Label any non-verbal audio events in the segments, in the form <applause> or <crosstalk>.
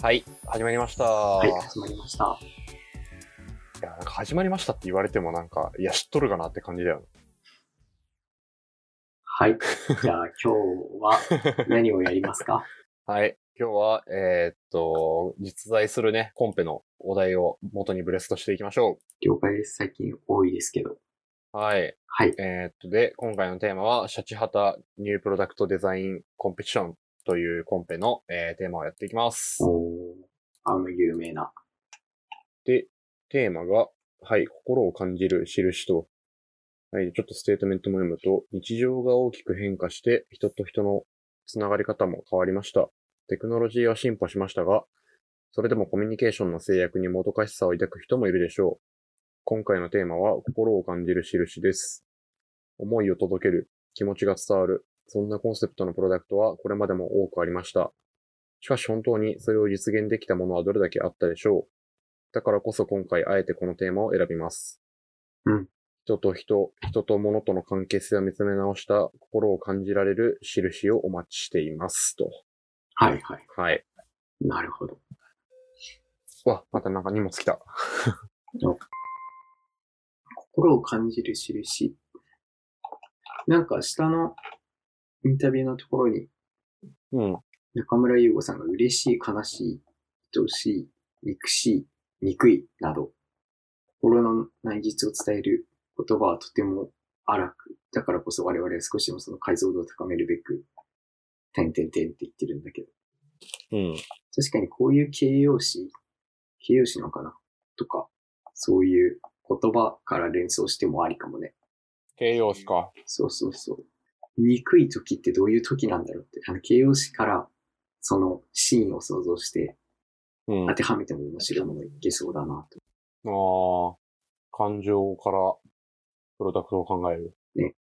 はい、始まりました。、はいい、始まりました。や、なんか始まりましたって言われてもなんか、いや、知っとるかなって感じだよね。 <laughs> はい。じゃあ今日は何をやりますかはい。今日は、えーっと、実在するね、コンペのお題を元にブレストしていきましょ <laughs> 了解です。最近多いですけど。う。はい。はい。えーっと、で、今回のテーマは、シャチハタニュープロダクトデザインコンペティションというコンペの、えーテーマをやっていきます。おーあの有名な。で、テーマが、はい、心を感じる印と、はい、ちょっとステートメントも読むと、日常が大きく変化して、人と人のつながり方も変わりました。テクノロジーは進歩しましたが、それでもコミュニケーションの制約にもどかしさを抱く人もいるでしょう。今回のテーマは、心を感じる印です。思いを届ける、気持ちが伝わる、そんなコンセプトのプロダクトはこれまでも多くありました。しかし本当にそれを実現できたものはどれだけあったでしょうだからこそ今回あえてこのテーマを選びます。うん。人と人、人と物との関係性を見つめ直した心を感じられる印をお待ちしていますと。はいはい。はい。なるほど。うわ、またなんか荷物来た。心を感じる印。なんか下のインタビューのところにうん。中村優吾さんが嬉しい、悲しい、愛しい、憎しい、憎いなど、心の内実を伝える言葉はとても荒く、だからこそ我々は少しでもその解像度を高めるべく、点点点って言ってるんだけど、うん。確かにこういう形容詞、形容詞なのかなとか、そういう言葉から連想してもありかもね。形容詞か。そうそうそう。憎い時ってどういう時なんだろうって、あの形容詞からそのシーンを想像して、うん当てはめても面白いものいけそうだなと。ああ、感情からプロダクトを考える。ね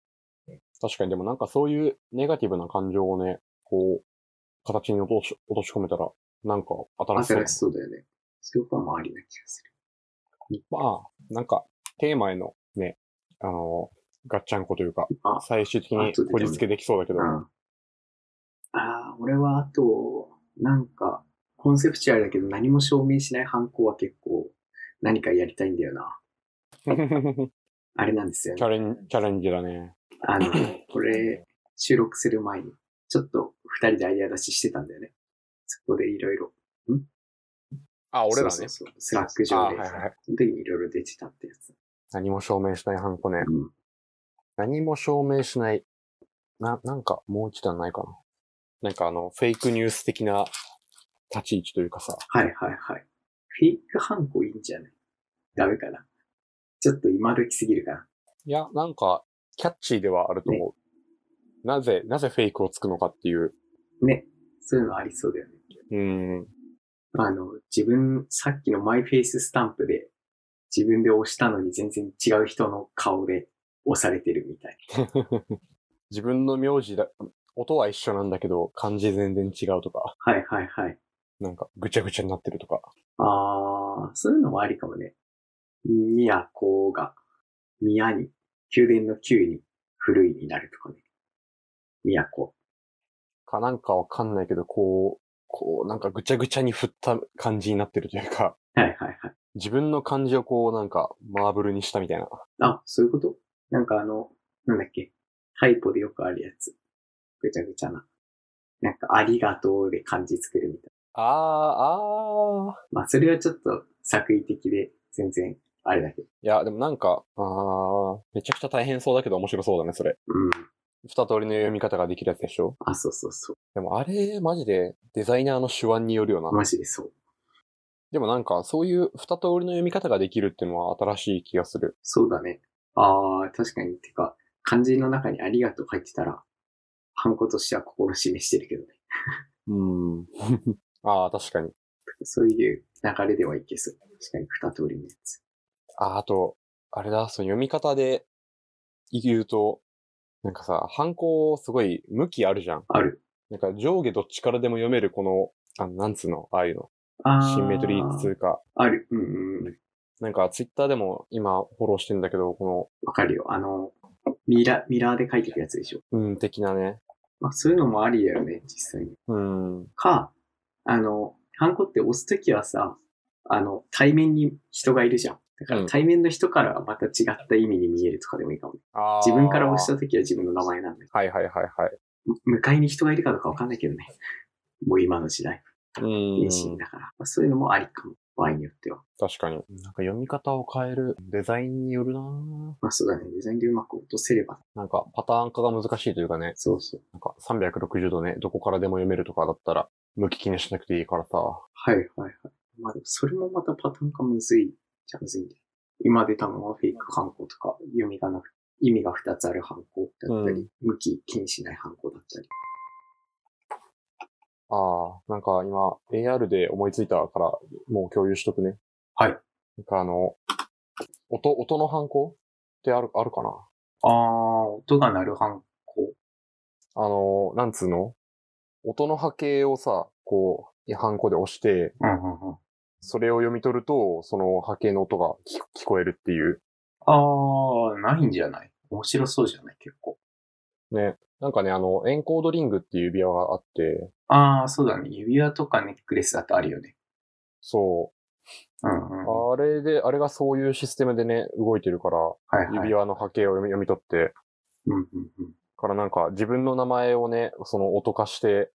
確かにでもなんかそういうネガティブな感情をね、こう、形に落とし落とし込めたら、なんか新しそうだ新なしそうだよね。そういう方もありな気がする。まあ、なんか、テーマへのね、あの、ガッチャンコというか、あ、最終的にこじつけできそうだけどう、ん。ああー、俺はあと、なんか、コンセプチュアルだけど何も証明しない犯行は結構何かやりたいんだよな。あれなんですよ <laughs> チャね。レン、チャレンジだね。あの、これ収録する前に、ちょっと二人でアイデア出ししてたんだよね。そこでいろいろ。あ、俺らねそう。そうそうスラックあはい上で。はい。その時にいろいろ出てたってやつ。何も証明しないハンコね。うん。何も証明しない。な、なんか、もう一段ないかな。なんかあの、フェイクニュース的な立ち位置というかさ。はいはいはい。フェイクハンコいいんじゃないダメかなちょっと今時すぎるかな。いや、なんか、キャッチーではあると思う。なぜ、なぜフェイクをつくのかっていう。ね。そういうのありそうだよね。うん。あの、自分、さっきのマイフェイススタンプで、自分で押したのに全然違う人の顔で押されてるみたい。自分の名字だ、音は一緒なんだけど、漢字全然違うとか、はいはいはい。なんかぐちゃぐちゃになってるとか。あー、そういうのもありかもね。宮子が、宮に、宮殿の宮に、古いになるとかね。宮子。かなんかわかんないけど、こう、こう、なんかぐちゃぐちゃに振った感じになってるというか、はいはいはい。自分の漢字をこう、なんかマーブルにしたみたいな。あ、そういうことなんかあの、なんだっけ、タイポでよくあるやつ。ぐちゃぐちゃな。なんか、ありがとうで漢字作るみたいあー、あー。な。まあ、それはちょっと作為的で、全然、あれだけど。いや、でもなんか、あー、めちゃくちゃ大変そうだけど面白そうだね、それ。うん。二通りの読み方ができるやつでしょあ、そうそうそでもあれ、マジでデザイナーの手腕によるよう。な。マジでそう。でもなんか、そういう二通りの読み方ができるっていうのは新しい気がする。そうだね。あー、確かに。てか、漢字の中にありがとう書いてたら、ハンコとしては心示してるけどね。 <laughs> うん。ああ、確かに。そういう流れではいけそう。確かに、二通りのやつ。あ、あと、あれだ、その読み方で言うと、なんかさ、反抗すごい向きあるじゃん。ある。なんか上下どっちからでも読めるこの、あのなんつうの、ああいうの。あー。シンメトリー通過。ある。うんうんうん。なんかツイッターでも今フォローしてんだけど、こわかるよ。あの、ミラ、ミラーで書いてるやつでしょ。の、うん、的なね。まあ、そういうのもありだよね、実際に。うん。か、あの、ハンコって押すときはさ、あの、対面に人がいるじゃん。だかうらん対面の人からまた違った意味に見えるとかでもいいかもね。あー自分から押したときは自分の名前なんだけはいはいはいど、む向かいに人がいるかどうかわかんないけどね。もう今の時代、はい。う遠心ん。だから。まあ、そういうのもありかも。場合によっては。確かに。なんか読み方を変えるデザインによるなぁまあそうだね。デザインでうまく落とせれば。なんかパターン化が難しいというかね、そうそう。なんか360度ね、どこからでも読めるとかだったら、向き気にしなくていいからさ。はいはいはい。まあでもそれもまたパターンがむずいじゃむずいんだよ。今出たのはフェイク犯行とか、読みがなく、意味が2つある犯行だったり、うん向き気にしない犯行だったり。ああ、なんか今 AR で思いついたから、もう共有しとくね。はい。なんかあの、音、音の反抗ってある、あるかなあー、音が鳴る犯行。あの、なんつうの音の波形をさ、こう、ハンコで押して、うんうんうん。それを読み取ると、その波形の音が聞聞こえるっていう。あー、ないんじゃない面白そうじゃない結構。ね。なんかね、あの、エンコードリングっていう指輪があって、あー、そうだね。指輪とかネックレスだとあるよね。そうんうんう。うん。はあれで、あれがそういうシステムでね、動いてるから、いはい。指輪の波形を読み読み取って、うんうんうん。からなんか自分の名前をね、その音化して、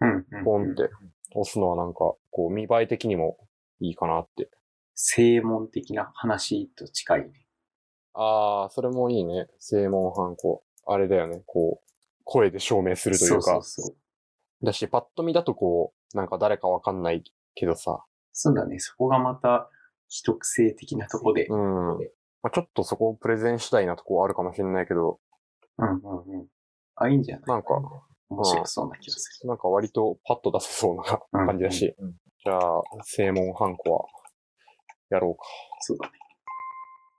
うんうんうん、ポンって押すのはなんか、こう見栄え的にもいいかなって。正門的な話と近いね。ああ、それもいいね。正門反抗。あれだよね。こう、声で証明するというか。そうそうそう。だし、パッと見だとこう、なんか誰かわかんないけどさ。そうだね。そこがまた、秘匿性的なとこで。うん。まあ、ちょっとそこをプレゼンしたいなとこあるかもしれないけど、うんうんうん。あ、いいんじゃないなんか、面白そうな気がすなんか割とパッと出せそうなる。感じだし。じゃあ、正門反抗は、やろうか。そうだね。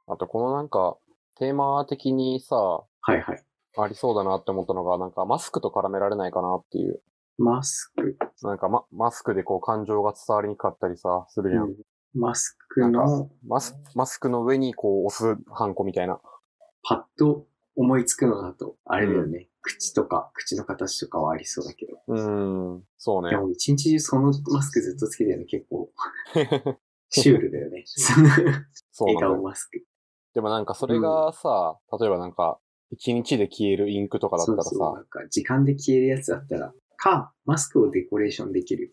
あと、このなんか、テーマ的にさ、はいはい。ありそうだなって思ったのが、なんかマスクと絡められないかなっていう。マスク。なんかママスクでこう感情が伝わりにくかったりさ、するじゃん。うんマスクのマスマスクの上にこう押すハンコみたいな。パッと思いつくのだと、あれだよね。口とか、口の形とかはありそうだけど。うーん、そうねで。も一日中そのマスクずっとつけてるの結 <laughs> 構、シュールだよね。その笑そうなんだ顔よ。マスク。でもなんかそれがさ、例えばなんか、一日で消えるインクとかだったそうらさ、そう。なんか時間で消えるやつだったら、か、マスクをデコレーションできる。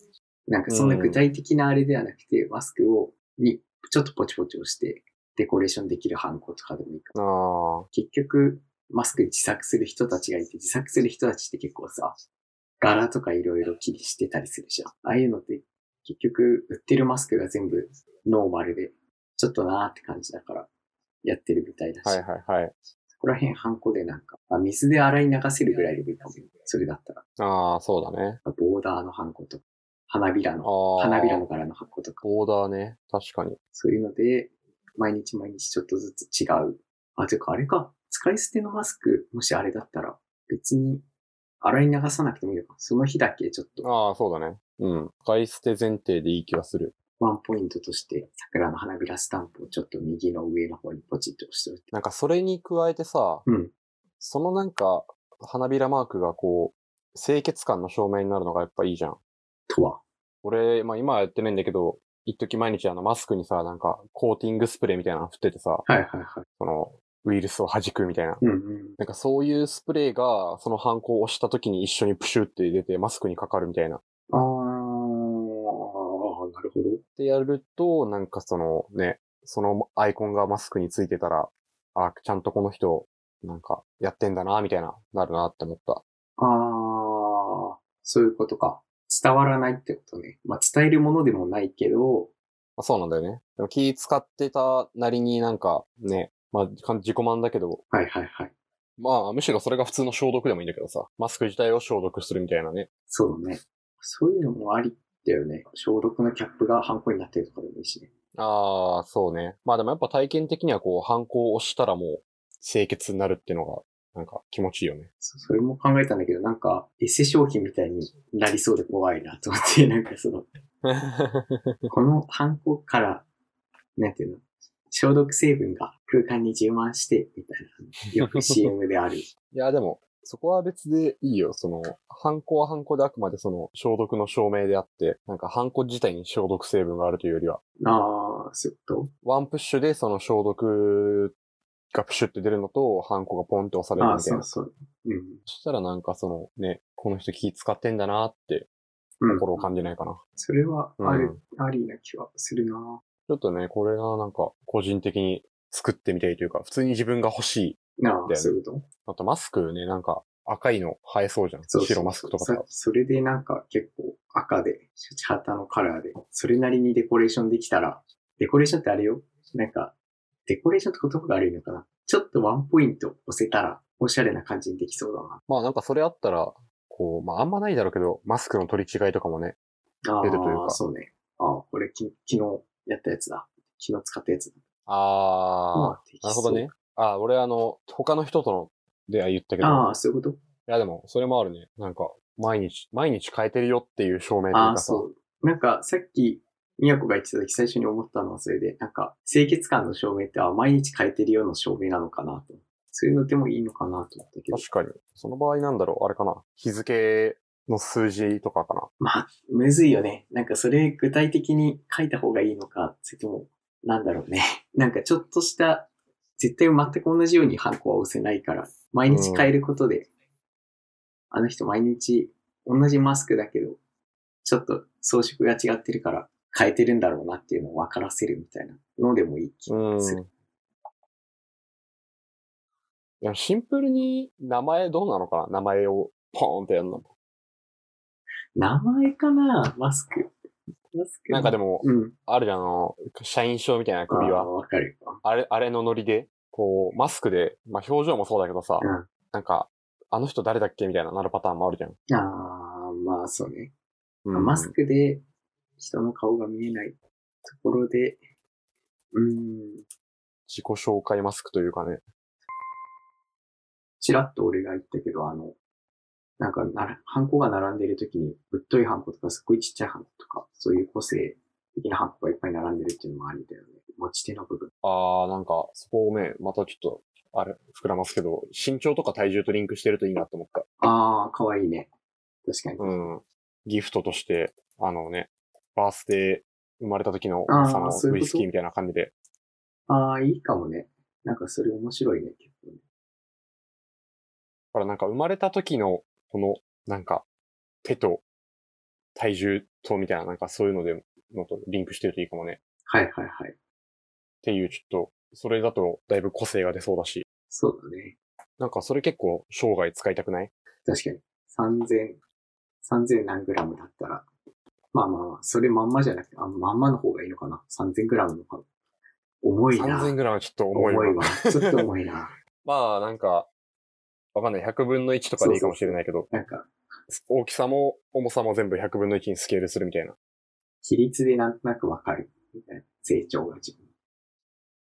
なんかそんな具体的なあれではなくて、マスクを、に、ちょっとポチポチ押して、デコレーションできるハンコとかでもいいかも。あ結局、マスク自作する人たちがいて、自作する人たちって結構さ、柄とかいろいろ気にしてたりするじゃん。ああいうのって、結局、売ってるマスクが全部ノーマルで、ちょっとなーって感じだから、やってるみたいだし。あ、はいはいはい。ここら辺ハンコでなんか、あ水で洗い流せるぐらいでもいいかもよ。それだったら、ああ、そうだね。ボーダーのハンコとか、花びらの、ああ。花びらの柄のハンコとか、ボーダーね。確かに。そういうので、毎日毎日ちょっとずつ違う。あ、ていうかあれか、使い捨てのマスク、もしあれだったら、別に洗い流さなくてもいいのか。その日だけちょっとああ、そうだね。うん。使い捨て前提でいい気がする。ワンポイントとして、桜の花びらスタンプをちょっと右の上の方にポチッと押しておいて。なんかそれに加えてさ、うん。そのなんか、花びらマークがこう、清潔感の証明になるのがやっぱいいじゃん。とは。俺、まあ今はやってないんだけど、一時毎日あのマスクにさ、なんかコーティングスプレーみたいなの振っててさ、はいはいはい。その、ウイルスを弾くみたいな。うんうん。なんかそういうスプレーが、そのハンコを押した時に一緒にプシュって出てマスクにかかるみたいな。っあー、なるほど。てやると、なんかそのね、そのアイコンがマスクについてたら、あ、ちゃんとこの人、なんかやってんだな、みたいな、なるなって思った。ああ、そういうことか。伝わらないってことね。まあ、伝えるものでもないけど、まあ、そうなんだよね。でも気使ってたなりになんかね、まあか自己満だけど、はいはいはい。まあむしろそれが普通の消毒でもいいんだけどさ、マスク自体を消毒するみたいなね。そうだね。そういうのもありだよね。消毒のキャップがハンコになってるとかでもいいしね。ああ、そうね。まあでもやっぱ体験的にはこう、反抗を押したらもう清潔になるっていうのが、なんか気持ちいいよね。そそれも考えたんだけど、なんか、エセ商品みたいになりそうで怖いなと思って、 <laughs> なんかその、このハンコから、なんていうの、消毒成分が空間に充満して、みたいな。よく CM である。 <laughs> いや、でも、そこは別でいいよ。その、ハンコはハンコであくまでその消毒の証明であって、なんかハンコ自体に消毒成分があるというよりは、ああ、そういうこワンプッシュでその消毒がプシュって出るのと、ハンコがポンって押さとれるああ、みたいそうな。そそう。うん。したらなんかそのね、この人気使ってんだなってうん。心を感じないかな。それはうんある、ありな気はするな。ちょっとね、これがなんか個人的に作ってみたいというか、普通に自分が欲しい。なだよねあ、そういうことあとマスクね、なんか赤いの生えそうじゃん。そうそう白マスクとかささ。それでなんか結構赤で、シャチハタのカラーで、それなりにデコレーションできたら、デコレーションってあれよなんか、デコレーションって言葉が悪いのかなちょっとワンポイント押せたら、おしゃれな感じにできそうだまあなんかそれあったら、こう、まああんまないだろうけど、マスクの取り違いとかもね、な。あ出るというかあ、そうね。ああ、これき昨日やったやつだ。昨日使ったやつだ。ああ、できあ、なそうるほど。ね。ああ、俺あの、他の人との出会い言ったけど、ああ、そういうこといやでも、それもあるね。なんか、毎日、毎日変えてるよっていう証明というあかあ、さ。そう。なんか、さっき、みやこが言ってた時最初に思ったのはそれで、なんか、清潔感の証明って、あ毎日変えてるような証明なのかなと。そういうのでもいいのかなと思ったけど。確かに。その場合なんだろう、あれかな。日付の数字とかかな。まあ、むずいよね。なんか、それ具体的に書いた方がいいのか、それとも、なんだろうね。 <laughs> なんか、ちょっとした、絶対全く同じようにハンコは押せないから、毎日変えることで、あの人毎日同じマスクだけど、ちょっと装飾が違ってるから変えてるんだろうなっていうのを分からせるみたいなのでもいい気がすうる。ん。いや、シンプルに名前どうなのかな名前をポーンってやるの。名前かなマスク。マスク。なんかでも、うん。あるじゃん、あの、社員証みたいなあ首は。あ、わかる。あれ、あれのノリで、こう、マスクで、まあ表情もそうだけどさ、うんなんか、あの人誰だっけみたいななるパターンもあるじゃん。ああ、まあそうね。うんマスクで人の顔が見えないところで、うーん、自己紹介マスクというかね。ちらっと俺が言ったけど、あの、なんかなら、ハンコが並んでいる時に、ぶっといハンコとか、すっごいちっちゃいハンコとか、そういう個性的なハンコがいっぱい並んでるっていうのもありだよね。持ち手の部分。あー、なんか、そこをね、またちょっと、あれ、膨らますけど、身長とか体重とリンクしてるといいなと思った。ああ、かわいいね。確かに。うん。ギフトとして、あのね、バースデー生まれた時の、あーそのそういうこウとイスキーみたいな感じで。ああ、いいかもね。なんかそれ面白いね、結構ね。だからなんか生まれた時の、この、なんか、手と体重とみたいな、なんかそういうので、のとリンクしてるといいかもね。はいはいはい。っていう、ちょっと、それだとだいぶ個性が出そうだし、そうだね。なんかそれ結構生涯使いたくない確かに。三千、三千何グラムだったら、まあまあまあ、それまんまじゃなくて、あまんまの方がいいのかな。三千グラムの方が。重いな。 ?3000 グラムはちょっと重重いわ。いわ。ちょっと重いな。 <laughs> まあ、なんか、わかんない。100分の1とかでいいかもしれないけど、なんか、大きさも重さも全部100分の1にスケールするみたいな。比率でなんとなくわかる。みたいな成長が自分。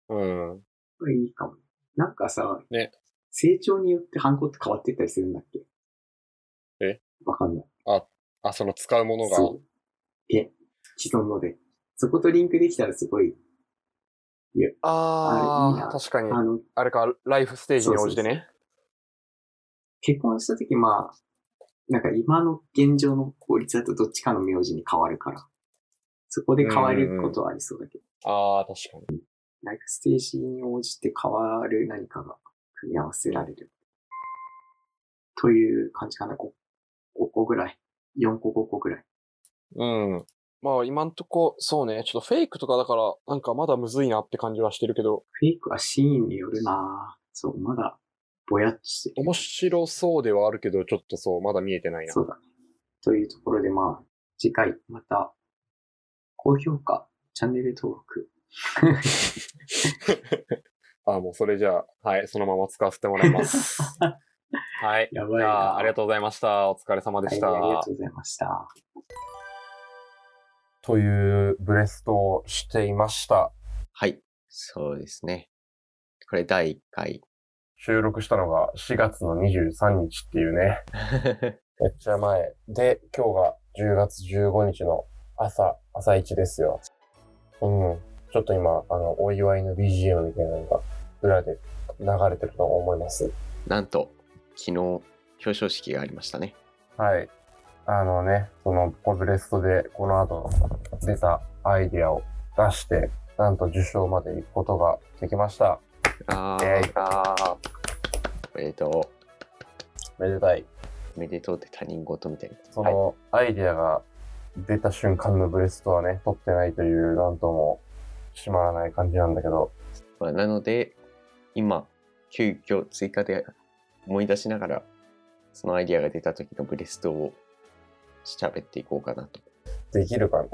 うん。これいいかも。なんかさ、ね成長によってハンコって変わってったりするんだっけえわかんない。あ、その使うものが。そう。え、既存ので。そことリンクできたらすごい、ああれいいなー、確かに。あの、あれか、ライフステージに応じてね。結婚した時、まあ、なんか今の現状の法律だとどっちかの名字に変わるから、そこで変わることはありそうだけど、あー、確かに。ライフステージに応じて変わる何かが組み合わせられる。という感じかな、5, 個ぐらい。4個5個ぐらい。うん。まあ、今んとこ、そうね。ちょっとフェイクとかだから、なんかまだむずいなって感じはしてるけど、フェイクはシーンによるなぁそう、まだ、ぼやっとしてる面白そうではあるけど、ちょっとそう、まだ見えてないな。そうだね。というところで、まあ、次回、また、高評価、チャンネル登録、あ、もうそれじゃあ、はい、そのまま使わせてもらい <laughs> ます。はい。やばじいゃなあ、ありがとうございました。お疲れ様でした。はい、ありがとうございました。というブレストをしていました。はい。そうですね。これ第1回。収録したのが4月の23日っていう <laughs> ね、めっちゃ前。で、今日が10月15日の朝、朝一ですよ。うん。ちょっと今、あの、お祝いの BGM みたいなのが裏で流れてると思います。なんと、昨日、表彰式がありましたね。はい。あのね、そのポブレストでこの後出たアイディアを出して、なんと受賞まで行くことができました。あイーェイ。あおめでとーめでたい。う。おめでとうって他人事みたいな。そはい、のアイディアが出た瞬間のブレストはね、取ってないという、なんとも締まらない感じなんだけど、まあなので、今、急遽追加で思い出しながら、そのアイディアが出た時のブレストを喋っていこうかなと。できるかね。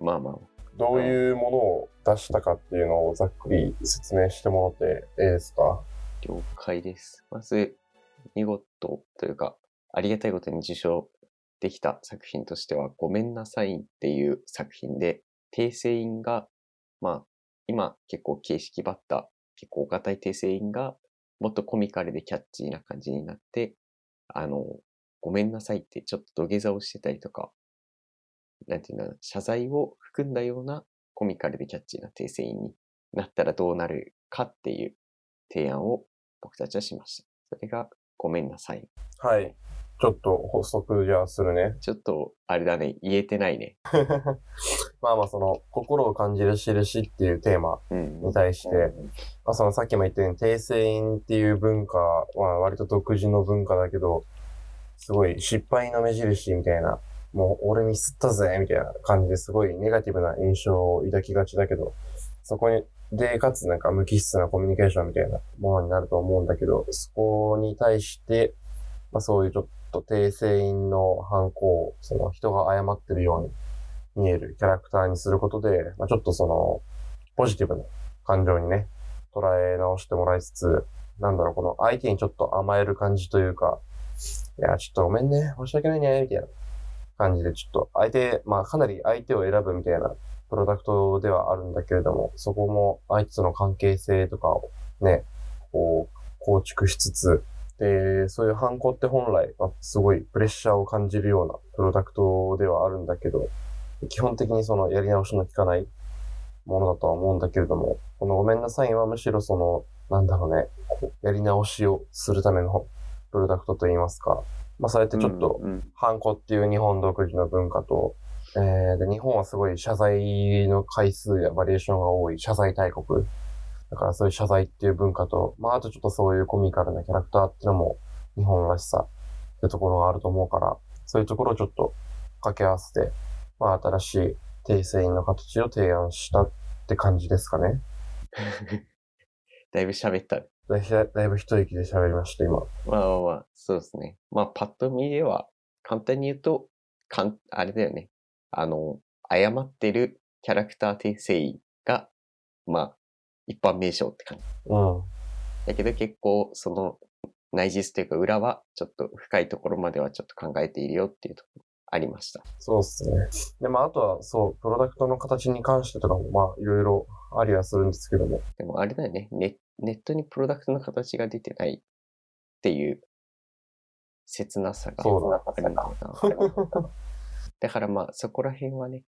まあまあ、どういうものを出したかっていうのをざっくり説明してもらっていいですか了解です。まず、見事というか、ありがたいことに受賞できた作品としては、ごめんなさいっていう作品で、訂正員が、まあ、今結構形式ばった、結構お堅い訂正員が、もっとコミカルでキャッチーな感じになって、あの、ごめんなさいってちょっと土下座をしてたりとか、なんていうのかな、謝罪を含んだようなコミカルでキャッチーな訂正員になったらどうなるかっていう提案を僕たちはしました。それが、ごめんなさい。はい。ちょっと補足じゃあするね。ちょっと、あれだね、言えてないね。まあまあその、心を感じる印っていうテーマうん。に対して、まあそのさっきも言ったように、訂正員っていう文化は割と独自の文化だけど、すごい失敗の目印みたいな、もう俺ミスったぜみたいな感じですごいネガティブな印象を抱きがちだけど、そこに、で、かつなんか無機質なコミュニケーションみたいなものになると思うんだけど、そこに対して、まあそういうちょっと訂正員の反抗、その人が謝ってるように見えるキャラクターにすることで、まあちょっとその、ポジティブな感情にね、捉え直してもらいつつ、なんだろう、この相手にちょっと甘える感じというか、いや、ちょっとごめんね、申し訳ないね、みたいな感じで、ちょっと相手、まあかなり相手を選ぶみたいなプロダクトではあるんだけれども、そこも相手との関係性とかをね、こう、構築しつつ、で、そういう反抗って本来、まあすごいプレッシャーを感じるようなプロダクトではあるんだけど、基本的にそのやり直しの効かないものだとは思うんだけれども、このごめんなさいはむしろその、なんだろうね、こうやり直しをするためのプロダクトといいますか、まあそうやってちょっとうんうんハンコっていう日本独自の文化と、えーで、日本はすごい謝罪の回数やバリエーションが多い謝罪大国。だからそういう謝罪っていう文化と、まああとちょっとそういうコミカルなキャラクターっていうのも日本らしさっていうところがあると思うから、そういうところをちょっと掛け合わせて、まあ新しい訂正員の形を提案したって感じですかね。だいぶ喋ったね。だいひだいぶ一息で喋りました、今。まあまあまあ、そうですね。まあ、パッと見では、簡単に言うと、かん、あれだよね。あの、謝ってるキャラクター訂正員が、まあ、一般名称って感じ。うん。だけど結構その内実というか裏はちょっと深いところまではちょっと考えているよっていうところありました。そうっすね。で、まあ、あとは、そう、プロダクトの形に関してとかも、まあ、いろいろありはするんですけども。でもあれだよね、ネネットにプロダクトの形が出てないっていう切なさがそうだあるんだよな。だからまあそこら辺はね、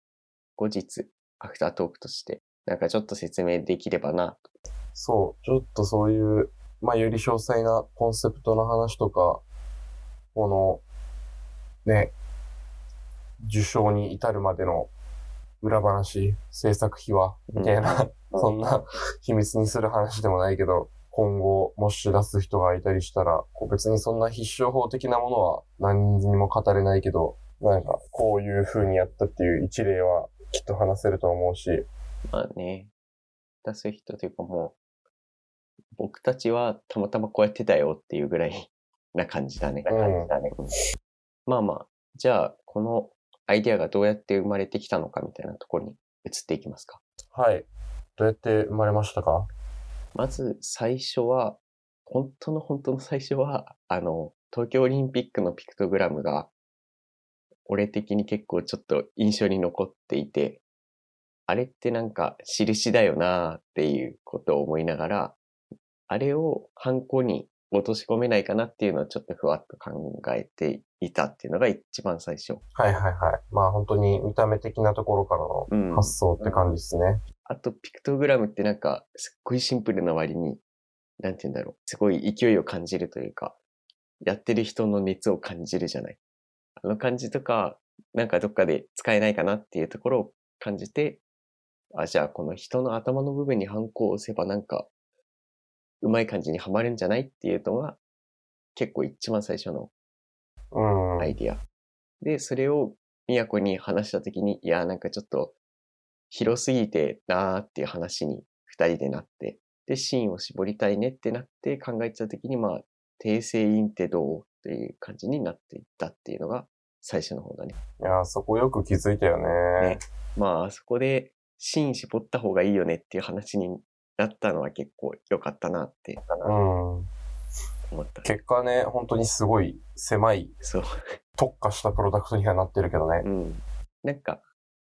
後日アフタートークとしてなんかちょっと説明できればなと。そう、ちょっとそういう、まあ、より詳細なコンセプトの話とか、この、ね、受賞に至るまでの裏話、制作秘話、みたいな、 <laughs> そんな秘密にする話でもないけど、今後、もし出す人がいたりしたら、こう別にそんな必勝法的なものは何にも語れないけど、なんか、こういう風にやったっていう一例はきっと話せると思うし、まあね、出す人というかもう、僕たちはたまたまこうやってたよっていうぐらいな感じだね。うんな感じだねまあまあ、じゃあ、このアイデアがどうやって生まれてきたのかみたいなところに移っていきますか。はい。どうやって生まれましたかまず最初は、本当の本当の最初は、あの、東京オリンピックのピクトグラムが、俺的に結構ちょっと印象に残っていて、あれってなんか印だよなっていうことを思いながら、あれをハンコに落とし込めないかなっていうのをちょっとふわっと考えていたっていうのが一番最初。はいはいはい。まあ本当に見た目的なところからうのん発想って感じですね。あと、ピクトグラムってなんか、すっごいシンプルな割に、なんて言うんだろう。すごい勢いを感じるというか、やってる人の熱を感じるじゃない。あの感じとか、なんかどっかで使えないかなっていうところを感じて、あ、じゃあこの人の頭の部分にハンコを押せばなんか、うまい感じにはまるんじゃないっていうのが、結構一番最初のうん。アイディア。で、それを宮子に話したときに、いや、なんかちょっと広すぎてなーっていう話に二人でなって、で、シーンを絞りたいねってなって考えてたときに、まあ、訂正員ってどうという感じになっていったっていうのが最初の方だね。いや、そこよく気づいたよねね。まあ、そこでシーン絞った方がいいよねっていう話になったのは結構良かったなってうん。思った。結果ね、本当にすごい狭いそう。特化したプロダクトにはなってるけどねう。ん。なんか、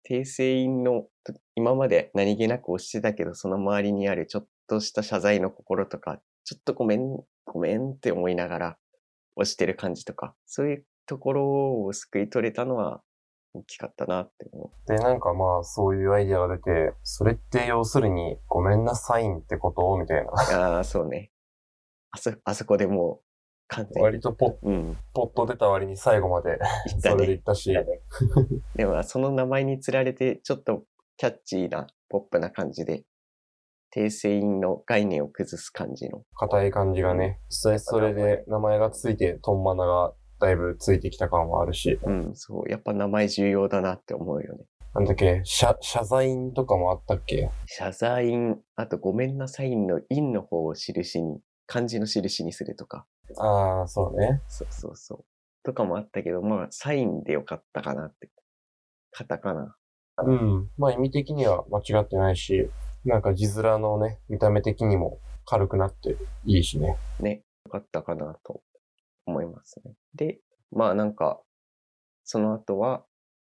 訂正員の、と今まで何気なく押してたけど、その周りにあるちょっとした謝罪の心とか、ちょっとごめん、ごめんって思いながら押してる感じとか、そういうところを救い取れたのは大きかったなって <laughs> 思で、なんかまあ、そういうアイデアが出て、それって要するに、ごめんなさいんってことみたいな。う。ああ、そうね。あそ、あそこでもう完全に。割とポッ、うん。ポッと出た割に最後までいったそれでねい。ったし、 <laughs> でも、その名前につられて、ちょっとキャッチーな、ポップな感じで、訂正員の概念を崩す感じの硬い感じがね、実際それで名前がついて、トンマナがだいぶついてきた感はあるし、うん、そう。やっぱ名前重要だなって思うよね。なんだっけ、謝、謝罪員とかもあったっけ謝罪印、あとごめんなさいの印の方を印に、漢字の印にするとか。ああ、そうね。そうそうそう。とかもあったけど、まあ、サインでよかったかなって。カタカナ。うん。まあ意味的には間違ってないし、なんか字面のね、見た目的にも軽くなっていいしね。ね。よかったかなと思いますね。で、まあなんか、その後は、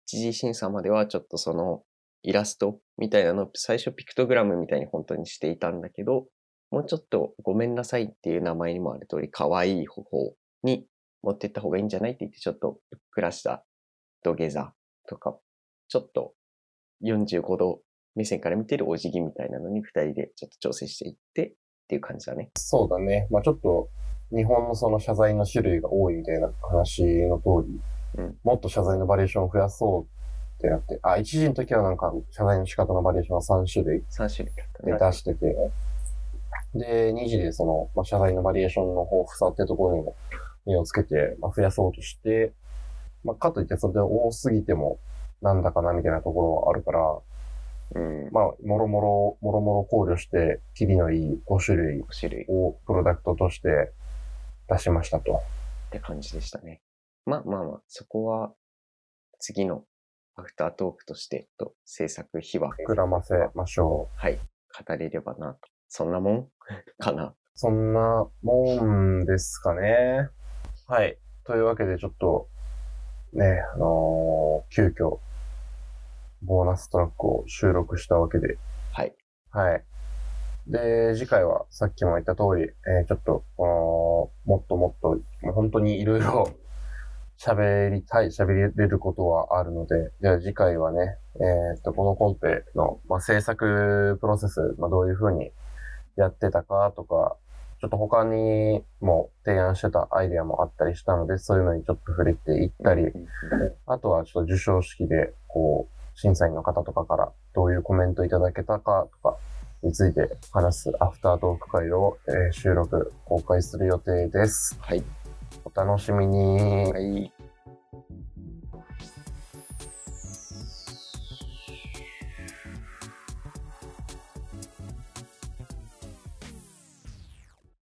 一次審査まではちょっとそのイラストみたいなの、最初ピクトグラムみたいに本当にしていたんだけど、もうちょっとごめんなさいっていう名前にもある通り、可愛い方に持ってった方がいいんじゃないって言って、ちょっとふっくらした土下座とか、ちょっと45度目線から見てるお辞儀みたいなのに二人でちょっと調整していってっていう感じだね。そうだね。まあちょっと、日本のその謝罪の種類が多いみたいな話の通り、うんもっと謝罪のバリエーションを増やそうってなって、あ、一時の時はなんか謝罪の仕方のバリエーションは3種類3種類だったでね。出してて、で、2時でその、まあ、謝罪のバリエーションの豊富さってところにも目をつけて、まあ、増やそうとして、まあ、かといってそれで多すぎてもなんだかなみたいなところはあるから、うん。5まあ、もろもろ、もろもろ考慮して、キリのいい5種類種類っをプロダクトとして出しましたと。て感じでしたね。まあまあまあ、そこは次のアフタートークとして、と制作秘話、膨らませましょう。語れればなと。そんなもんかな。そんなもんですかね。はい。というわけで、ちょっと、ね、あのー急遽、ボーナストラックを収録したわけで、はい。はい。で、次回はさっきも言った通り、えーちょっと、この、もっともっと、もう本当にいろいろ <laughs> 喋りたい、喋れることはあるので、じゃあ次回はね、えーっと、このコンペの、まあ、制作プロセス、まあ、どういうふうにやってたかとか、ちょっと他にも提案してたアイデアもあったりしたので、そういうのにちょっと触れていったり、あとはちょっと授賞式で、こう、審査員の方とかからどういうコメントいただけたかとかについて話すアフタートーク会を、えー収録、公開する予定です。はい。お楽しみに。はい。